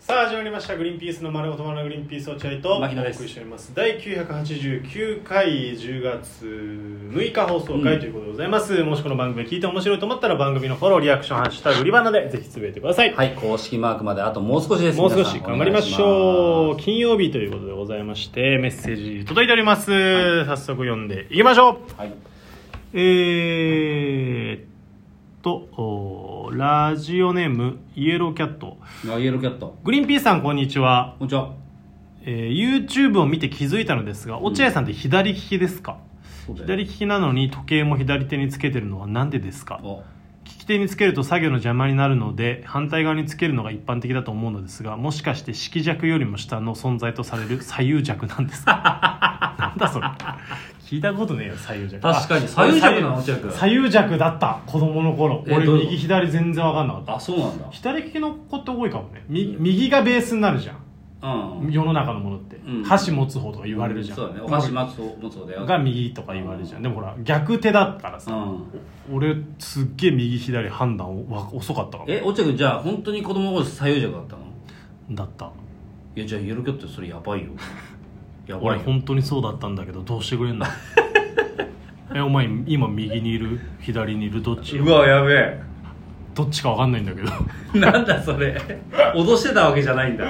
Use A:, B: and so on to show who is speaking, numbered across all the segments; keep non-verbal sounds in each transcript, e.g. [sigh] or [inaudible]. A: さあ始まりました「グリーンピースの丸ごと丸のグリーンピース落合」と
B: 牧野です
A: お送りしております第989回10月6日放送回ということでございます、もしこの番組聞いて面白いと思ったら番組のフォローリアクション「ハッシュタグ売りバナ」でぜひつぶえてください、
B: はい、公式マークまであともう少しです。
A: もう少
B: 皆さ
A: し
B: ん
A: 頑張りましょ
B: お願
A: う
B: いし
A: 金曜日ということでございましてメッセージ届いております、早速読んでいきましょう
B: ますはい。
A: えー、っとおーラジオネームイエローキャット
B: あイエローキャット。
A: グリーンピースさんこんにちは
B: こんにちは。
A: えー YouTube を見て気づいたのですが落合さんって左利きですか、
B: そうだよ
A: 左利きなのに時計も左手につけてるのはなんでですか
B: お
A: 利き手につけると作業の邪魔になるので反対側につけるのが一般的だと思うのですがもしかして色弱よりも下の存在とされる左右弱なんですか
B: [laughs]
A: なんだそれ聞いたことねえよ左右弱
B: 確かに
A: あ
B: 左右弱なの落合君
A: 左右弱だった子供の頃
B: え
A: 俺
B: どういうこと
A: 右左全然分かんなかった
B: あ、そうなんだ。
A: 左利きの子って多いかもねみ右がベースになるじゃん
B: うん。
A: 世の中のものって、
B: うん
A: 箸持つ方とか言われるじゃん、
B: そうだね。お箸持つ方持つ方だよ。
A: が右とか言われるじゃん、でもほら逆手だったら
B: う
A: さ、
B: ん。
A: 俺すっげえ右左判断をわ遅かったかも
B: え、落合君じゃあ本当に子供の頃左右弱だったの
A: だった
B: いや、じゃあイエローキャットそれやばい
A: [laughs]
B: よ。やば
A: 俺
B: いよ。
A: 本当にそうだったんだけどどうしてくれん
B: [laughs]
A: のえお前今右にいる左にいるどっち
B: うわ、やべえ。 [laughs]
A: どっちかわかんないんだけど、
B: なんだそれ。脅してたわけじゃないんだ。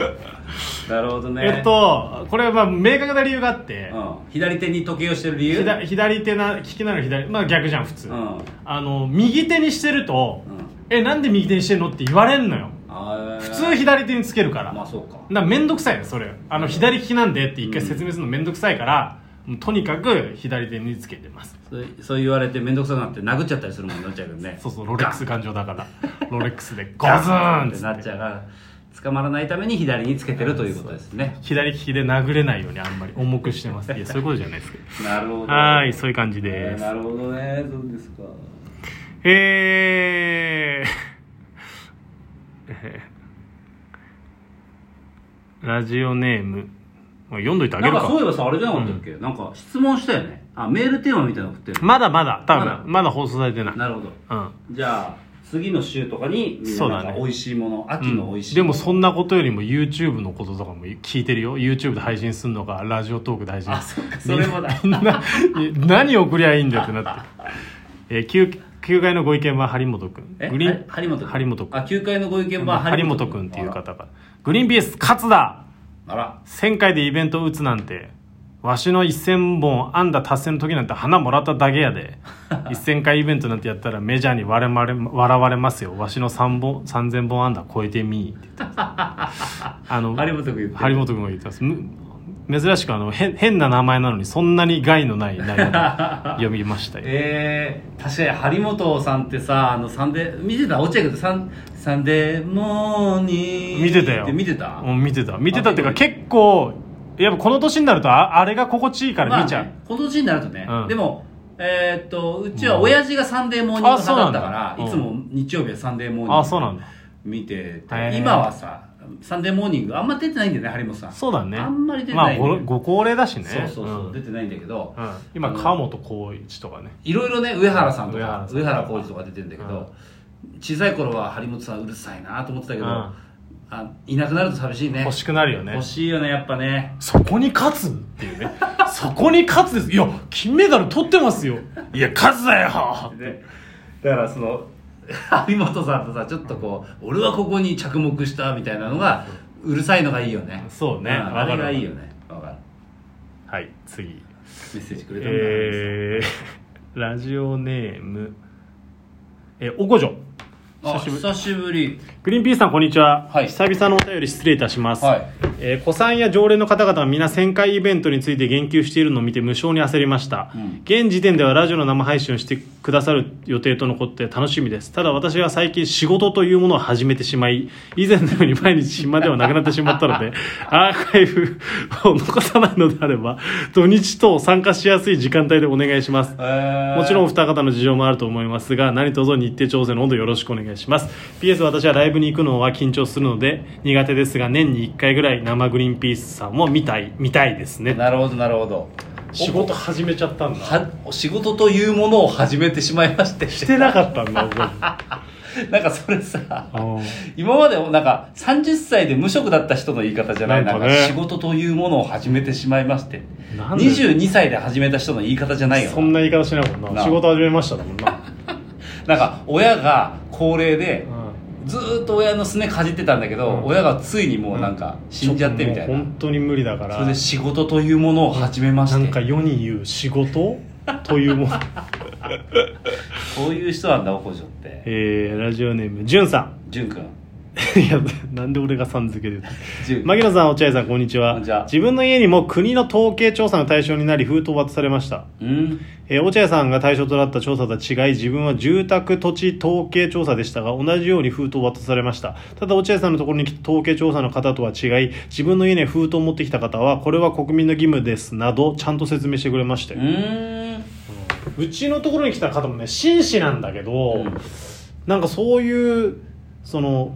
B: なるほどね。
A: えっ。とこれはまあ明確な理由があって、
B: うん。左手に時計をしてる理由
A: 左左手な利きなの左まあ逆じゃん普通、
B: うん。うん。
A: あの右手にしてると、えなんで右手にしてんのって言われんのよ
B: あー
A: 普通左手につけるから
B: まあそう
A: だ
B: か。
A: から面倒くさいねそれあの左利きなんでって一回説明するの面倒くさいから、もうとにかく左手につけてます
B: そうそう言われて面倒くさくなって殴っちゃったりするもんなっちゃうけどね
A: そうそうロレックス頑丈だからロレックスでゴズ
B: ガズ
A: ー
B: ー
A: ンっ
B: ン
A: つ
B: って
A: っ
B: な
A: て
B: っちゃうから捕まらないために左につけてるということですね
A: 左利きで殴れないようにあんまり重くしてますいやそういうことじゃないですけど
B: なるほど
A: はーいそういう感じ
B: え
A: で
B: ー
A: す
B: なるほどねそうですか
A: えーえーラジオネームまあ読んどいてあげ
B: なん
A: る
B: か
A: か
B: そういえばさあれじゃなかったっけ、なんか質問したよねあメールテーマみたいなの送ってる
A: まだまだ多分
B: まだ
A: まだ放送されてない
B: なるほど
A: うん
B: じゃあ次の週とかにみんななん
A: そうだ
B: か
A: ね
B: 美味しいもの、秋の美味しい
A: でも
B: ん
A: そんなことよりも YouTube のこととかも聞いてるよ YouTube で配信するのかラジオトークで配信
B: あそっかそれもだ
A: みんなみんな [laughs] 何送りゃいいんだよってなってる、えー、9, 9階のご意見は張本君
B: え
A: グリーン
B: は張本君
A: 張本君
B: あ9階のご意見は
A: 張本君っていう方からグリーンピース勝つだ
B: あら
A: 1000回でイベント打つなんてわしの1000本安打達成の時なんて花もらっただけや
B: [laughs]
A: で1000回イベントなんてやったらメジャーに笑われ笑われますよわしの3本3000本安打超えてみーって言って
B: [laughs]
A: ますあの
B: 張本君言ってる
A: 張本君が言ってますむ珍しくあの変変な名前なのにそんなに害のない内容
B: [laughs]
A: で読みましたよ
B: えー、確かに張本さんってさあのサンデー見てた落合君とサンサンデーモーニング
A: 見てたよ
B: って見てた、
A: うん見てた見てたっていうか
B: あそう
A: 結構やっぱこの年になるとああれが心地いいから見ちゃう、
B: まあねこの年になるとね、
A: うん
B: でもえーっとうちは親父がサンデーモーニング
A: あそうな
B: 派だ
A: ん
B: っ
A: だ
B: たから、
A: うん
B: いつも日曜日はサンデーモーニング
A: あそうなんだ
B: 見てて、
A: へー
B: 今はさサンデーモーニングあんま出てないんだよね張本さん
A: そうだね
B: あんまり出てないんだ
A: ま
B: よ
A: あごご高齢だしね
B: そうそうそう、
A: ん
B: 出てないんだけど、
A: うん今
B: あの
A: 川本浩一とかね
B: いろいろね上原さんと
A: 上原
B: か
A: さん
B: 上原浩二とか出てるんだけど、小さい頃は張本さんうるさいなと思ってたけど、
A: うん
B: あいなくなると寂しいね
A: 欲しくなるよね
B: 欲しいよねやっぱね
A: そこに勝つっていうね [laughs] そこに勝つですいや金メダル取ってますよいや勝つだ
B: [laughs]
A: よ
B: でだからその [laughs] 張本さんとさちょっとこう、俺はここに着目したみたいなのがうるさいのがいいよね
A: そうね
B: ん
A: わ
B: あ
A: か
B: れ
A: る
B: がいいよねわかる
A: はい次
B: メッセージくれたんだ、
A: えー、ラジオネームえおこじょ
B: あ
A: 久しぶり
B: 久しぶり
A: グリーンピースさんこんにちは、
B: はい
A: 久々のお便り失礼いたします、
B: はい
A: えー、子さんや常連の方々が皆1000回イベントについて言及しているのを見て無償に焦りました、
B: うん
A: 現時点ではラジオの生配信をしてくださる予定とのことで楽しみですただ私は最近仕事というものを始めてしまい以前のように毎日暇ではなくなってしまったの
B: [laughs]
A: でアーカイブを残さないのであれば土日等参加しやすい時間帯でお願いしますも
B: も
A: ちろんお二方の事情もあると思いますが何卒日程調整の温度よろしくお願いします PS 私はライブに行くのは緊張するので苦手ですが年に1回ぐらい生グリーンピースさんも見たい見たいですね
B: なるほどなるほど
A: 仕事始めちゃったんだ
B: は仕事というものを始めてしまいまして
A: してなかったんだ
B: [laughs] なんかそれさ
A: うん
B: 今までなんか30歳で無職だった人の言い方じゃない
A: な
B: なんん
A: か
B: か,、
A: ね
B: 仕事というものを始めてしまいまして
A: なんで
B: 22歳で始めた人の言い方じゃないよ
A: そんな言い方しないもんな
B: なあ
A: 仕事始めましただもんな、
B: なんか親が高齢で
A: うん
B: ずーっと親のすねかじってたんだけど、
A: うん
B: 親がついにもうなんか死んじゃってみたい
A: もう
B: な、
A: 本当に無理だから
B: それで仕事というものを始めまし
A: な
B: て
A: んか世に言う仕事というもの [laughs]
B: そういう人なんだおこじょって
A: えー、ラジオネームじゅんさ
B: 淳君
A: ん [laughs] いやなんで俺がさん付けで言う
B: 淳
A: 牧野さん落合さんこんにちは
B: こんにちは
A: 自分の家にも国の統計調査の対象になり封筒を渡されました、
B: うん
A: えー、落合さんが対象となった調査とは違い自分は住宅土地統計調査でしたが同じように封筒を渡されましたただ落合さんのところに来た統計調査の方とは違い自分の家に封筒を持ってきた方はこれは国民の義務ですなどちゃんと説明してくれまして
B: うーん
A: うちのところに来た方もね紳士なんだけど、
B: うん
A: なんかそういうその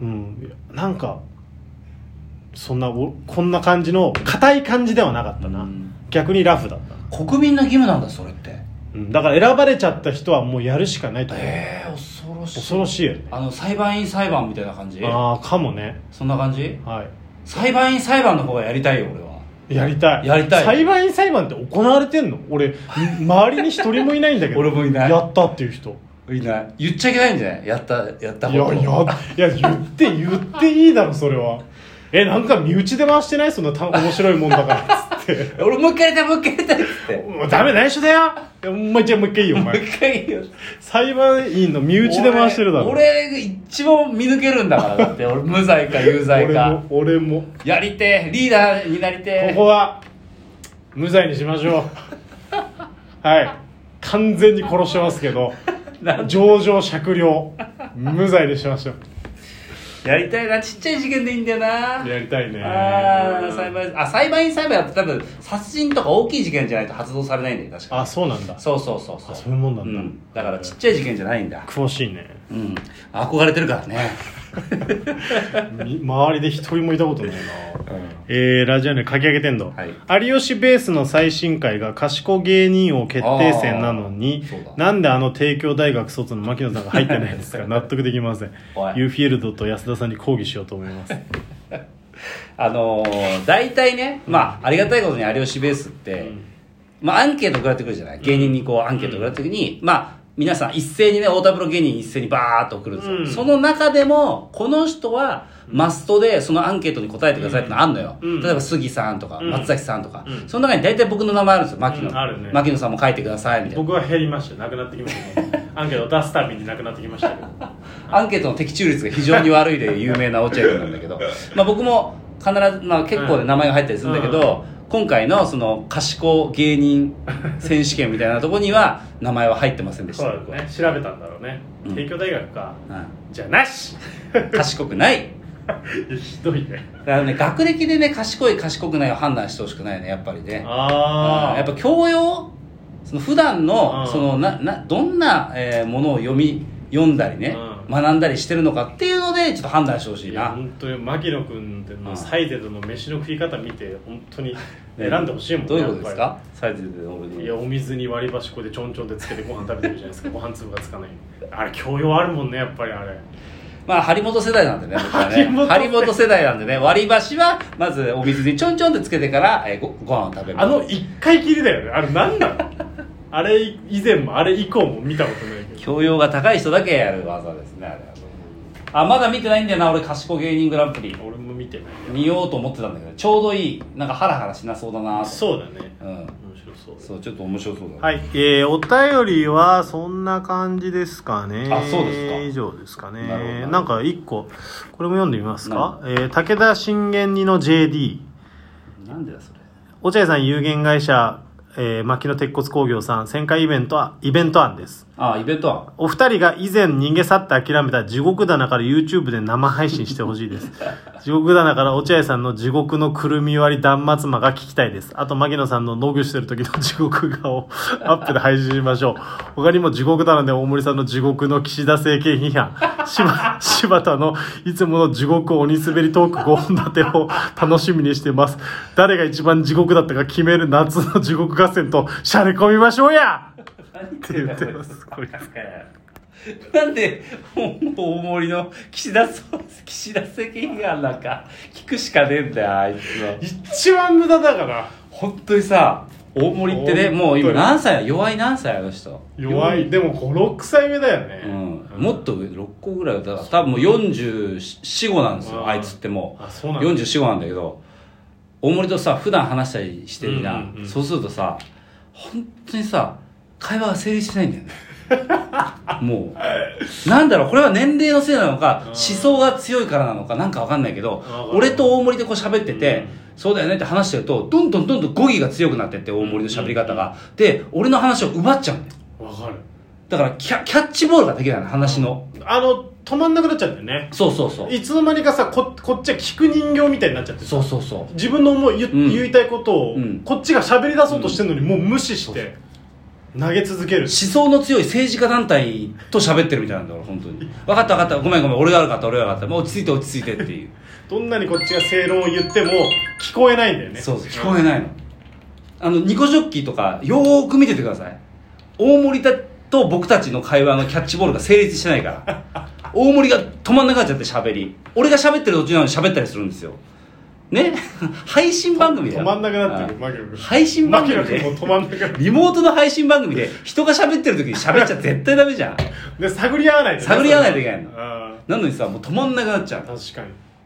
A: うんなんかそんなおこんな感じの硬い感じではなかったな、
B: うん
A: 逆にラフだった、
B: 国民の義務なんだそれって
A: うん、だから選ばれちゃった人はもうやるしかないと思う、
B: ええー、恐ろしい
A: 恐ろしいよね
B: あの裁判員裁判みたいな感じ
A: ああかもね
B: そんな感じ
A: は
B: 裁判員裁判の方がやりたいよ俺はい
A: やりたい
B: やりたい
A: 裁判員裁判って行われてんの俺周りに一人もいないんだけど
B: [laughs] 俺もいない
A: やったっていう人
B: いない言っちゃいけないんじゃないやったやった
A: い
B: こと
A: やいやいや言って言っていいだろそれはえなんか身内で回してないそんなた面白いもんだからっつって
B: [laughs] 俺もう一回やりたいもう一回やりたいっつって
A: もうダメ内緒だよいやお前じゃあもう一回いいよお
B: もう
A: 前
B: 一回言うよ
A: 裁判員の身内で回してるだろ
B: 俺俺一番見抜けるんだからだって俺無罪か有罪か
A: も俺も
B: やりてえリーダーになりてえ
A: ここは無罪にしましょうはい完全に殺してますけど情状酌量無罪にしましょ
B: やりたいなちっちゃい事件でいいんだよな
A: うやりたいね
B: あー裁判あ裁判員裁判やって多分殺人とか大きい事件じゃないと発動されないんだよ確か
A: あそうなんだ
B: そうそうそうそ
A: あ
B: う
A: そういうもんなんだ、
B: うん、だからちっちゃい事件じゃないんだ
A: 詳しいね
B: うん憧れてるからね
A: み周りで一人もいたことないな、えーラジオネーム書き上げてんの、
B: は
A: 有吉ベースの最新回が賢芸人王決定戦なのに
B: あーそうだ
A: なんであの帝京大学卒の牧野さんが入って [laughs] ないんですか納得できません
B: おい
A: ユーフィールドと安田さんに抗議しようと思います
B: あのー、大体ねまあありがたいことに有吉ベースって、まあアンケート食らってくるじゃない芸人にこうアンケート食らった時に、まあ皆さん一斉にね太田プロ芸人一斉にバーッと送るんですよ、
A: うん
B: その中でもこの人はマストでそのアンケートに答えてくださいってのあんのよ、
A: うん
B: 例えば杉さんとか
A: うん
B: 松崎さんとか、
A: うん
B: その中に大体僕の名前あるんですよ牧野、
A: うんあるね
B: 牧野さんも書いてくださいみたいな
A: 僕は減りましたなくなってきましたねアンケート出すたびになくなってきましたけど
B: アンケートの的中率が非常に悪いで有名な落合君なんだ
A: [laughs]
B: けど、まあ、僕も必ず、まあ、結構
A: う
B: で
A: ん
B: 名前が入ったりするんだけど、今回のその賢芸人選手権みたいなとこには名前は入ってませんでし
A: そ
B: た、
A: う
B: 僕は
A: だね調べたんだろうね、
B: うん
A: 帝京大学か
B: う
A: じゃな [laughs] し
B: ん、賢くない
A: いやひどいね
B: だからね学歴でね賢い賢くないを判断してほしくないねやっぱりね
A: あ
B: う
A: あ
B: んやっぱ教養その普段
A: う
B: の
A: ん
B: そのななどんな、えーものを読み読んだりね、
A: うん
B: 学んだりしてるのかっていうのでちょっと判断してほしい
A: い
B: な
A: や本当に牧野君ってもうサイゼドの飯の食い方見て本当
B: [laughs]
A: に選んでほしいもんね
B: どういうことです
A: やっ
B: かサイズで俺
A: ぱ
B: の
A: りいやお水に割り箸こうでちょんちょんでつけてご飯食べてるじゃない
B: [laughs]
A: ですかご飯粒がつかないあれ教養あるもんねやっぱりあれ
B: まあ張本世代なんでね僕はね
A: [laughs] 張本世代
B: 張本世代なんでね割り箸はまずお水にちょんちょんってつけてから、えーごご飯を食べる
A: あの一回きりだよねあれ何なの [laughs] あれ以前もあれ以降も見たことないけど
B: 教養が高い人だけやる技ですねあれはあまだ見てないんだよな俺賢芸人グランプリ
A: 俺も見てない
B: 見ようと思ってたんだけどちょうどいいなんかハラハラしなそうだなと
A: そうだね
B: うん
A: 面白そう
B: そうちょっと面白そうだね
A: はい、えー、お便りはそんな感じですかね。
B: あそうですか
A: 以上ですか
B: なるほどなる
A: ね。
B: ほ
A: な
B: ど
A: んか一個、これも読んでみますか。えー、武田信玄にの JD。
B: なんでだそれ
A: 落合さん有限会社、えー、牧野鉄骨工業さん、旋回イベントは、イベント案です。
B: あイベントは
A: お二人が以前逃げ去って諦めた地獄棚から YouTube で生配信してほしい [laughs] です。地獄棚から落合さんの地獄のくるみ割り断末魔が聞きたいです。あと、牧野さんの農具してる時の地獄顔をアップで配信しましょう。他にも地獄棚で大森さんの地獄の岸田政権批判、柴柴田のいつもの地獄鬼滑りトーク5本立てを楽しみにしてます。誰が一番地獄だったか決める夏の地獄合戦としゃれ込みましょうや
B: 何言っ
A: って言ってます。こいつ
B: なんかなんで、もう大盛りの岸田総、岸田政権がなんか、聞くしかねえんだよ、あいつは。
A: 一番無駄だから
B: 本当にさ、大盛りってね、もう今何歳弱い何歳あの人。
A: 弱いでも56歳目だよ
B: う
A: ね
B: ん、もっと上6個ぐらいだから多分もう445なんです
A: う
B: よ
A: ん
B: あいつってもう
A: あそうなんだ
B: 445なんだけど大森とさ普段話したりしてるじゃん,、
A: うんうんうん
B: そうするとさ本当にさ会話が成立しないんだよ
A: [laughs]
B: ねもうなんだろうこれは年齢のせいなのか
A: うん
B: 思想が強いからなのかなんかわかんないけど
A: うん
B: 俺と大森でこう喋ってて、
A: うん
B: そうだよねって話してるとどんどんどんどん語彙が強くなってって大森の喋り方が、で俺の話を奪っちゃうんだよ
A: わかる
B: だからキャキャッチボールができないの話の、
A: あの止まんなくなっちゃうんだよね
B: そうそうそう
A: いつの間にかさここっちは聞く人形みたいになっちゃって
B: そうそうそう
A: 自分の思い言,、
B: うん
A: 言いたいことを、
B: うん
A: こっちが喋り出そうとしてるのに、もう無視して投げ続ける
B: 思想の強い政治家団体と喋ってるみたいなんだから本当に分かった分かったごめんごめん俺が悪かった俺が悪かったもう落ち着いて落ち着いてっていう、
A: どんなにこっちが正論を言っても聞こえないんだよね
B: そうそう聞こえないのあのニコジョッキーとかよーく見ててください大森たと僕たちの会話のキャッチボールが成立してないから大森が止まんなくなっちゃって喋り俺が喋ってる途中なのに喋ったりするんですよね [laughs] 配信番組
A: 止
B: だよ
A: まんなくなって
B: う
A: るマキロ君
B: 配信番
A: マキ
B: 組
A: ロ
B: で
A: 君も止まんなくなる
B: リモートの配信番組で人が喋ってる時に喋っちゃ絶対ダメじゃん。
A: で探り合わないとね
B: 探り合わないといけないの
A: それはうん
B: なのにさ、もう止まんなくなっちゃう。
A: 確か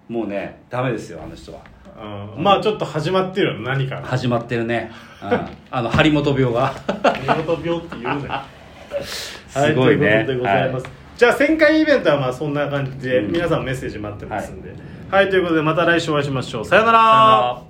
A: に
B: もうね、ダメですよ、あの人は。
A: うんまあちょっと始まってるよ何か
B: 始まってるね。うん、あの、張本病が。
A: 見事病って言うな [laughs]
B: すごいね
A: はい、ということでございます、じゃあ1000回イベントはまあそんな感じで、
B: うん
A: 皆さんメッセージ待ってますんではい、ということでまた来週お会いしましょうさよなら